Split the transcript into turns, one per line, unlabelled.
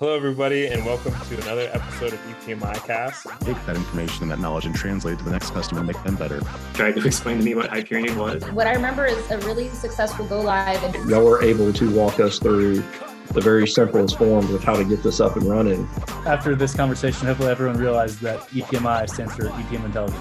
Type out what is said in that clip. Hello, everybody, and welcome to another episode of E ETMI Cast.
Take that information and that knowledge and translate to the next customer and make them better.
Tried to explain to me what Hyperion was.
What I remember is a really successful go live. And
Y'all were able to walk us through the very simplest forms of how to get this up and running.
After this E conversation, hopefully everyone realized that EPMI stands for EPM intelligence.